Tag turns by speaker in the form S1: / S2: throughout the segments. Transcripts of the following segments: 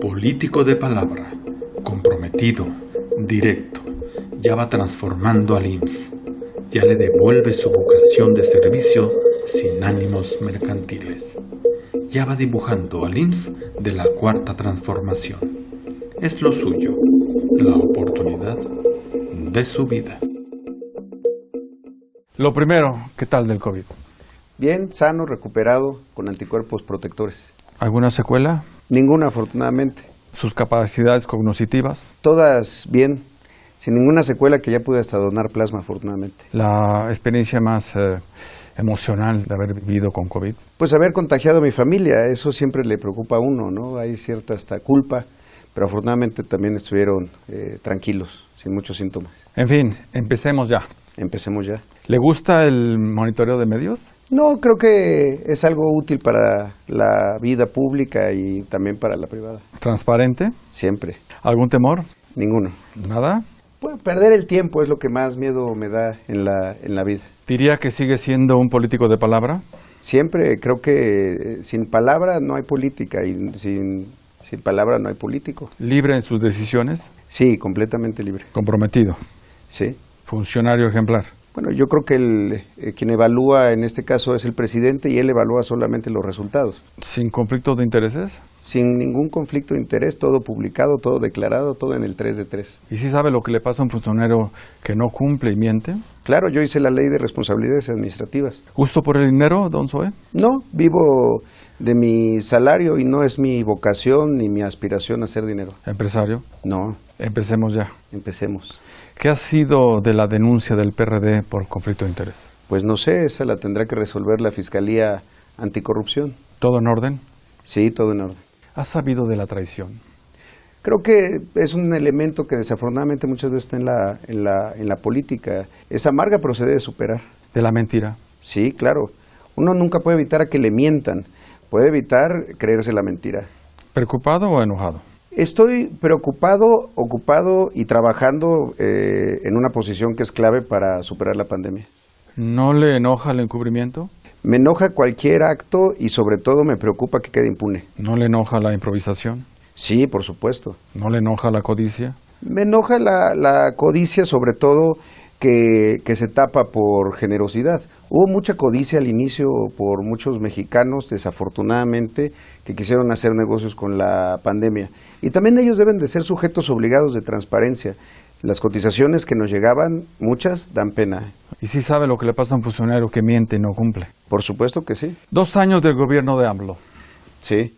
S1: político de palabra, comprometido, directo, ya va transformando al IMSS, ya le devuelve su vocación de servicio sin ánimos mercantiles. Ya va dibujando al IMSS de la cuarta transformación. Es lo suyo, la oportunidad de su vida.
S2: Lo primero, ¿qué tal del COVID?
S3: Bien, sano, recuperado, con anticuerpos protectores.
S2: ¿Alguna secuela?
S3: Ninguna, afortunadamente.
S2: ¿Sus capacidades cognitivas?
S3: Todas bien, sin ninguna secuela que ya pude hasta donar plasma, afortunadamente.
S2: ¿La experiencia más eh, emocional de haber vivido con COVID?
S3: Pues haber contagiado a mi familia, eso siempre le preocupa a uno, ¿no? Hay cierta hasta culpa, pero afortunadamente también estuvieron eh, tranquilos, sin muchos síntomas.
S2: En fin, empecemos ya.
S3: Empecemos ya.
S2: ¿Le gusta el monitoreo de medios?
S3: No, creo que es algo útil para la vida pública y también para la privada.
S2: ¿Transparente?
S3: Siempre.
S2: ¿Algún temor?
S3: Ninguno.
S2: ¿Nada?
S3: Pues perder el tiempo es lo que más miedo me da en la, en la vida.
S2: ¿Diría que sigue siendo un político de palabra?
S3: Siempre creo que eh, sin palabra no hay política y sin, sin palabra no hay político.
S2: ¿Libre en sus decisiones?
S3: Sí, completamente libre.
S2: ¿Comprometido?
S3: Sí.
S2: ¿Funcionario ejemplar?
S3: Bueno, yo creo que el, eh, quien evalúa en este caso es el presidente y él evalúa solamente los resultados.
S2: ¿Sin conflictos de intereses?
S3: Sin ningún conflicto de interés, todo publicado, todo declarado, todo en el 3 de 3.
S2: ¿Y si sabe lo que le pasa a un funcionario que no cumple y miente?
S3: Claro, yo hice la ley de responsabilidades administrativas.
S2: ¿Gusto por el dinero, don Zoe?
S3: No, vivo de mi salario y no es mi vocación ni mi aspiración hacer dinero.
S2: ¿Empresario?
S3: No,
S2: Empecemos ya.
S3: empecemos.
S2: ¿Qué ha sido de la denuncia del PRD por conflicto de interés?
S3: Pues no sé, esa la tendrá que resolver la Fiscalía Anticorrupción.
S2: ¿Todo en orden?
S3: Sí, todo en orden.
S2: ¿Ha sabido de la traición?
S3: Creo que es un elemento que desafortunadamente muchas veces está en la, en la, en la política. Es amarga, pero se debe superar.
S2: ¿De la mentira?
S3: Sí, claro. Uno nunca puede evitar a que le mientan. Puede evitar creerse la mentira.
S2: ¿Preocupado o enojado?
S3: Estoy preocupado, ocupado y trabajando eh, en una posición que es clave para superar la pandemia.
S2: ¿No le enoja el encubrimiento?
S3: Me enoja cualquier acto y sobre todo me preocupa que quede impune.
S2: ¿No le enoja la improvisación?
S3: Sí, por supuesto.
S2: ¿No le enoja la codicia?
S3: Me enoja la, la codicia, sobre todo que, que se tapa por generosidad. Hubo mucha codicia al inicio por muchos mexicanos, desafortunadamente, que quisieron hacer negocios con la pandemia. Y también ellos deben de ser sujetos obligados de transparencia. Las cotizaciones que nos llegaban, muchas dan pena.
S2: ¿Y si sabe lo que le pasa a un funcionario que miente y no cumple?
S3: Por supuesto que sí,
S2: Dos años del gobierno de AMLO.
S3: sí.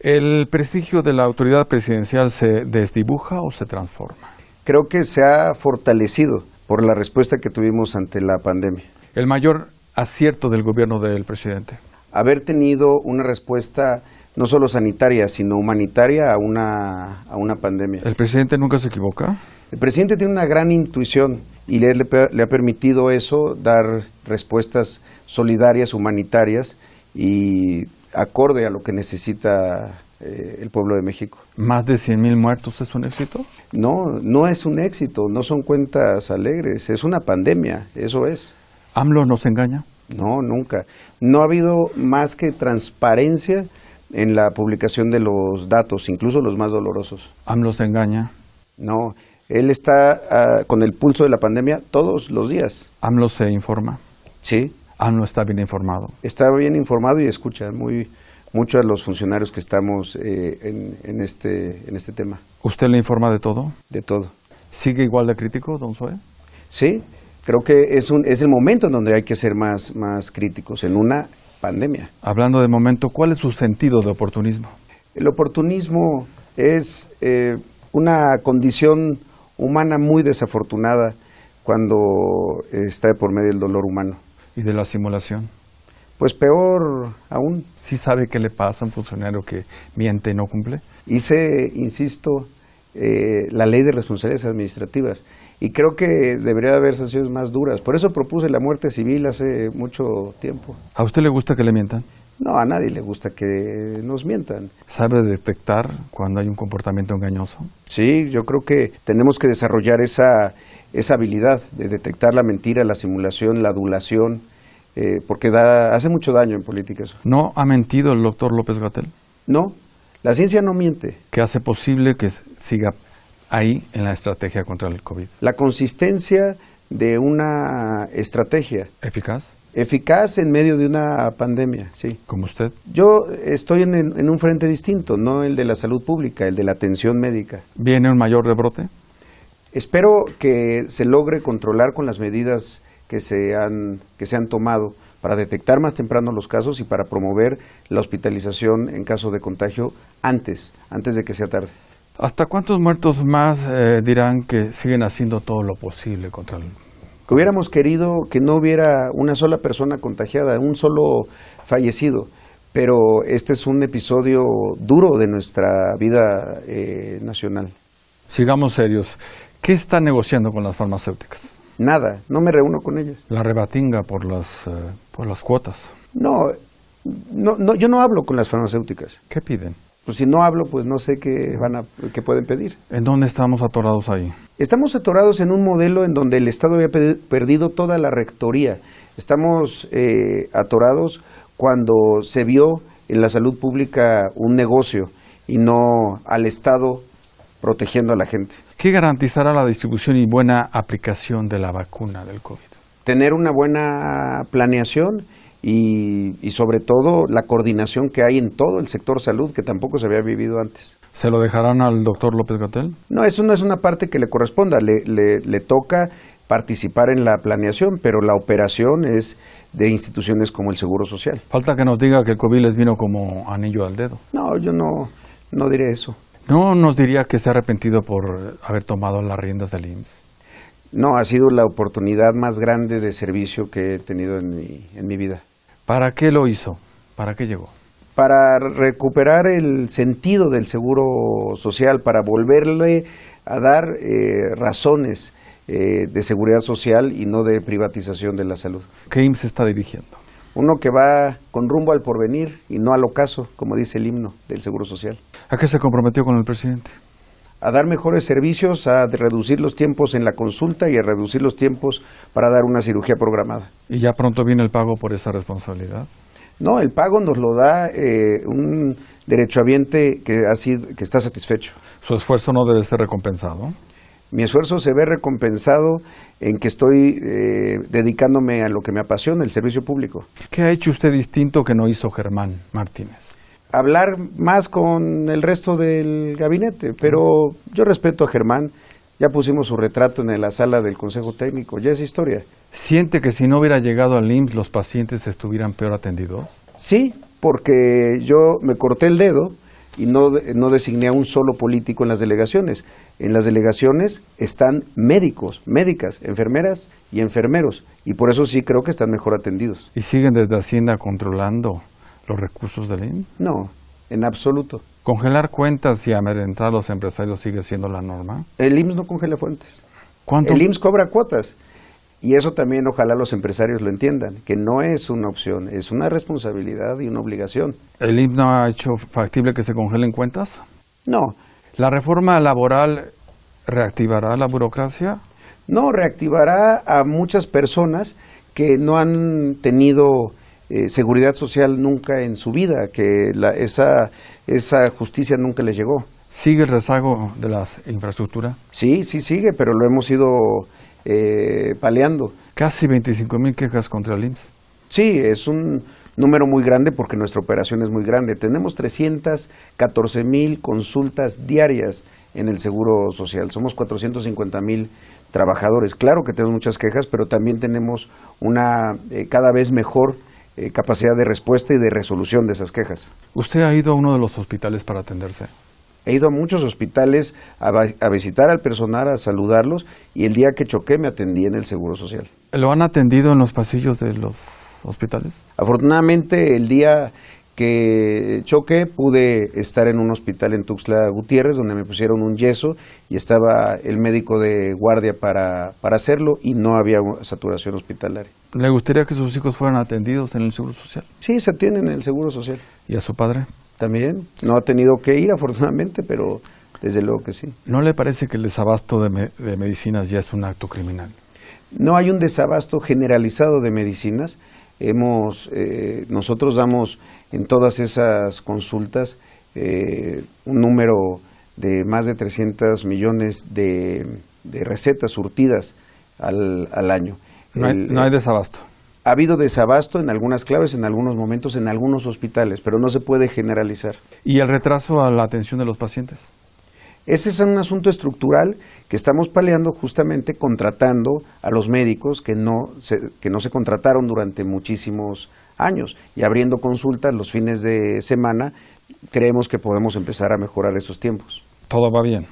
S2: ¿El prestigio de la autoridad presidencial se desdibuja o se transforma?
S3: Creo que se ha fortalecido por la respuesta que tuvimos ante la pandemia.
S2: El mayor acierto del gobierno del presidente.
S3: haber tenido una respuesta no solo sanitaria, sino humanitaria a una, a una pandemia.
S2: ¿El presidente nunca se equivoca?
S3: El presidente tiene una gran intuición y le, le pe- le ha permitido eso, dar respuestas solidarias, humanitarias y acorde a lo que necesita eh, el pueblo de México.
S2: ¿Más de 100.000 muertos es un éxito?
S3: No, no es un éxito, no son cuentas alegres, es una pandemia, eso es.
S2: ¿AMLO nos engaña?
S3: No, nunca. No ha habido más que transparencia en la publicación de los datos, incluso los más dolorosos.
S2: AMLO se engaña.
S3: No, él está ah, con el pulso de la pandemia todos los días.
S2: AMLO se informa.
S3: Sí,
S2: AMLO está bien informado.
S3: está bien informado y escucha muy mucho a los funcionarios que estamos eh, en, en este en este tema
S2: ¿Usted le informa de todo?
S3: de todo.
S2: ¿Sigue igual de crítico, don Zoe?
S3: Sí, creo que es un es el momento en donde hay que ser más más críticos en una pandemia.
S2: Hablando de momento, ¿cuál es su sentido de oportunismo?
S3: El oportunismo es eh, una condición humana muy desafortunada cuando está por medio del dolor humano.
S2: ¿Y de la simulación?
S3: Pues peor aún,
S2: ¿Sí sabe qué le pasa a un funcionario que miente y no cumple?
S3: hice, insisto, eh, la ley de responsabilidades administrativas y creo que debería haber sanciones más duras. Por eso propuse la muerte civil hace mucho tiempo.
S2: ¿A usted le gusta que le mientan?
S3: No, a nadie le gusta que nos mientan.
S2: ¿Sabe detectar cuando hay un comportamiento engañoso?
S3: Sí, yo creo que tenemos que desarrollar esa, esa habilidad de detectar la mentira, la simulación, la adulación, eh, porque da, hace mucho daño en política eso.
S2: ¿No ha mentido el doctor López Gatel?
S3: No, La ciencia no miente.
S2: que hace posible que s- siga ahí en la estrategia contra el COVID.
S3: La consistencia de una estrategia
S2: Eficaz,
S3: eficaz en medio de una pandemia, sí.
S2: como usted.
S3: Yo estoy en, en un frente distinto, no el de la salud pública, el de la atención médica.
S2: Viene un mayor rebrote.
S3: Espero que se logre controlar con las medidas que se han, que se han tomado para detectar más temprano los casos y para promover la hospitalización en caso de contagio antes, antes de que sea tarde.
S2: ¿Hasta cuántos muertos más eh, dirán que siguen haciendo todo lo posible contra el...
S3: Que hubiéramos querido que no hubiera una sola persona contagiada, un solo fallecido, pero este es un episodio duro de nuestra vida eh, nacional.
S2: Sigamos serios. ¿Qué están negociando con las farmacéuticas?
S3: Nada, no me reúno con ellas.
S2: La rebatinga por las, eh, por las cuotas.
S3: No, no, no, yo no hablo con las farmacéuticas.
S2: ¿Qué piden?
S3: Pues si no hablo, pues no sé qué van a, qué pueden pedir.
S2: ¿En dónde estamos atorados ahí?
S3: Estamos atorados en un modelo en donde el Estado había pedi- perdido toda la rectoría. Estamos eh, atorados cuando se vio en la salud pública un negocio y no al Estado protegiendo a la gente.
S2: ¿Qué garantizará la distribución y buena aplicación de la vacuna del COVID?
S3: Tener una buena planeación y, y sobre todo la coordinación que hay en todo el sector salud que tampoco se había vivido antes.
S2: ¿Se lo dejarán al doctor López Gatel?
S3: No, eso no es una parte que le corresponda, le, le- le toca participar en la planeación, pero la operación es de instituciones como el Seguro Social.
S2: Falta que nos diga que el COVID les vino como anillo al dedo.
S3: No, yo no, no diré eso.
S2: No nos diría que se ha arrepentido por haber tomado las riendas del IMSS.
S3: No, ha sido la oportunidad más grande de servicio que he tenido en mi, en mi vida.
S2: ¿Para qué lo hizo? ¿Para qué llegó?
S3: Para recuperar el sentido del Seguro Social, para volverle a dar eh, razones eh, de seguridad social y no de privatización de la salud.
S2: ¿Qué IMSS está dirigiendo?
S3: Uno que va con rumbo al porvenir y no al ocaso, como dice el himno del Seguro Social.
S2: ¿A qué se comprometió con el presidente?
S3: A dar mejores servicios, a reducir los tiempos en la consulta y a reducir los tiempos para dar una cirugía programada.
S2: Y ya pronto viene el pago por esa responsabilidad.
S3: No, el pago nos lo da eh, un derechohabiente que, ha sido, que está satisfecho.
S2: Su esfuerzo no debe ser recompensado.
S3: Mi esfuerzo se ve recompensado en que estoy eh, dedicándome a lo que me apasiona, el servicio público.
S2: ¿Qué ha hecho usted distinto que no hizo Germán Martínez?
S3: hablar más con el resto del gabinete, pero yo respeto a Germán, ya pusimos su retrato en la sala del Consejo Técnico, ya es historia.
S2: ¿Siente que si no hubiera llegado al IMSS los pacientes estuvieran peor atendidos?
S3: Sí, porque yo me corté el dedo y no, de- no designé a un solo político en las delegaciones. En las delegaciones están médicos, médicas, enfermeras y enfermeros, y por eso sí creo que están mejor atendidos.
S2: ¿Y siguen desde Hacienda controlando los recursos del IMSS?
S3: No, en absoluto.
S2: ¿Congelar cuentas y amedrentar a los empresarios sigue siendo la norma?
S3: El IMSS no congela fuentes.
S2: ¿Cuánto,
S3: El IMSS cobra cuotas. Y eso también ojalá los empresarios lo entiendan, que no es una opción, es una responsabilidad y una obligación.
S2: ¿El IMSS no ha hecho factible que se congelen cuentas?
S3: No,
S2: ¿La reforma laboral reactivará la burocracia?
S3: no reactivará a muchas personas que no han tenido eh, seguridad social nunca en su vida, que la- esa, esa justicia nunca les llegó.
S2: ¿Sigue el rezago de las infraestructuras?
S3: Sí, sí sigue, pero lo hemos ido eh, paleando.
S2: Casi 25 mil quejas contra el IMSS.
S3: Sí, es un número muy grande porque nuestra operación es muy grande. Tenemos 314 mil consultas diarias en el Seguro Social. Somos 450 mil trabajadores. Claro que tenemos muchas quejas, pero también tenemos una eh, cada vez mejor eh, capacidad de respuesta y de resolución de esas quejas.
S2: ¿Usted ha ido a uno de los hospitales para atenderse?
S3: He ido a muchos hospitales a, va- a visitar al personal, a saludarlos y el día que choqué me atendí en el Seguro Social.
S2: ¿Lo han atendido en los pasillos de los hospitales?
S3: Afortunadamente, el día que choqué, pude estar en un hospital en Tuxtla Gutiérrez, donde me pusieron un yeso y estaba el médico de guardia para, para hacerlo y no había u- saturación hospitalaria.
S2: ¿Le gustaría que sus hijos fueran atendidos en el Seguro Social?
S3: Sí, se atiende en el Seguro Social
S2: ¿Y a su padre?
S3: también. No ha tenido que ir, afortunadamente, pero desde luego que sí.
S2: ¿No le parece que el desabasto de, me- de medicinas ya es un acto criminal?
S3: No hay un desabasto generalizado de medicinas. Hemos, eh, nosotros damos en todas esas consultas eh, un número de más de 300 millones de, de recetas surtidas al, al año.
S2: No hay,
S3: El- eh,
S2: no hay desabasto.
S3: ha habido desabasto en algunas claves, en algunos momentos, en algunos hospitales, pero no se puede generalizar.
S2: ¿Y el retraso a la atención de los pacientes?
S3: Ese es un asunto estructural que estamos paliando justamente contratando a los médicos que no se, que no se contrataron durante muchísimos años y abriendo consultas los fines de semana, creemos que podemos empezar a mejorar esos tiempos.
S2: Todo va bien.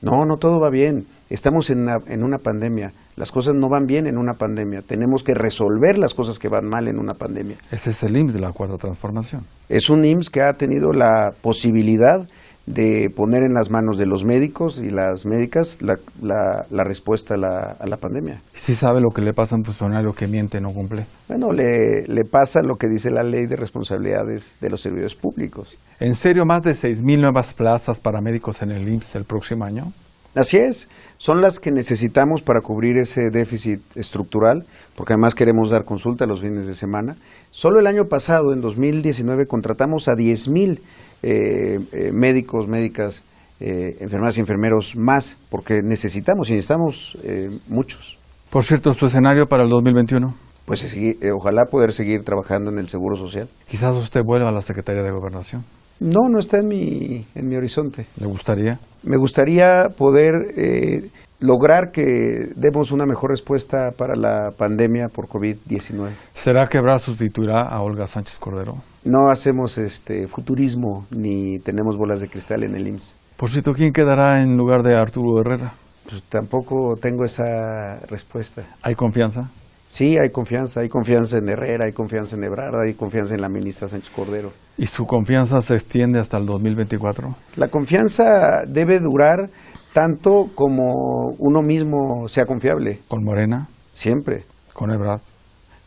S3: No, no todo va bien. Estamos en una, en una pandemia. Las cosas no van bien en una pandemia. Tenemos que resolver las cosas que van mal en una pandemia.
S2: Ese es el IMSS de la cuarta transformación.
S3: Es un IMSS que ha tenido la posibilidad de poner en las manos de los médicos y las médicas la, la- la respuesta a la, a la pandemia.
S2: ¿Y si sabe lo que le pasa a un funcionario que miente y no cumple?
S3: Bueno, le, le pasa lo que dice la ley de responsabilidades de los servidores públicos.
S2: ¿En serio más de 6.000 nuevas plazas para médicos en el IMSS el próximo año?
S3: Así es, son las que necesitamos para cubrir ese déficit estructural, porque además queremos dar consulta los fines de semana. Solo el año pasado, en 2019, contratamos a 10.000 mil eh, médicos, médicas, eh, enfermeras y enfermeros más, porque necesitamos y necesitamos eh, muchos.
S2: Por cierto, su escenario para el 2021.
S3: Pues se sigue- eh, ojalá poder seguir trabajando en el Seguro Social.
S2: Quizás usted vuelva a la Secretaría de Gobernación.
S3: No, no está en mi, en mi horizonte.
S2: ¿Le gustaría?
S3: Me gustaría poder eh, lograr que demos una mejor respuesta para la pandemia por COVID-19.
S2: ¿Será que Brad sustituirá a Olga Sánchez Cordero?
S3: No hacemos este futurismo ni tenemos bolas de cristal en el IMSS.
S2: Por cierto, ¿quién quedará en lugar de Arturo Herrera?
S3: Pues tampoco tengo esa respuesta.
S2: ¿Hay confianza?
S3: Sí, hay confianza, hay confianza en Herrera, hay confianza en Ebrard, hay confianza en la ministra Sánchez Cordero.
S2: ¿Y su confianza se extiende hasta el 2024?
S3: La confianza debe durar tanto como uno mismo sea confiable,
S2: ¿Con Morena?
S3: siempre.
S2: ¿Con Ebrard?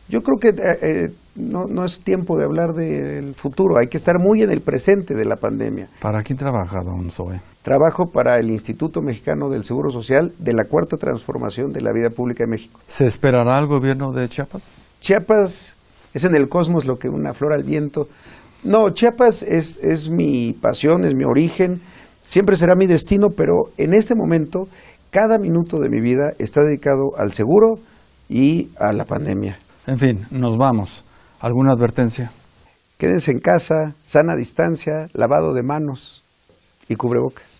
S3: Yo creo que eh, eh, no, no es tiempo de hablar del futuro, hay que estar muy en el presente de la pandemia.
S2: ¿Para quién trabaja don Zoe?
S3: Trabajo para el Instituto Mexicano del Seguro Social de la Cuarta Transformación de la Vida Pública de México.
S2: ¿Se esperará al gobierno de Chiapas?
S3: Chiapas es en el cosmos lo que una flor al viento. No, Chiapas es, es mi pasión, es mi origen, siempre será mi destino, pero en este momento cada minuto de mi vida está dedicado al seguro y a la pandemia.
S2: En fin, nos vamos. ¿Alguna advertencia?
S3: Quédense en casa, sana distancia, lavado de manos y cubrebocas.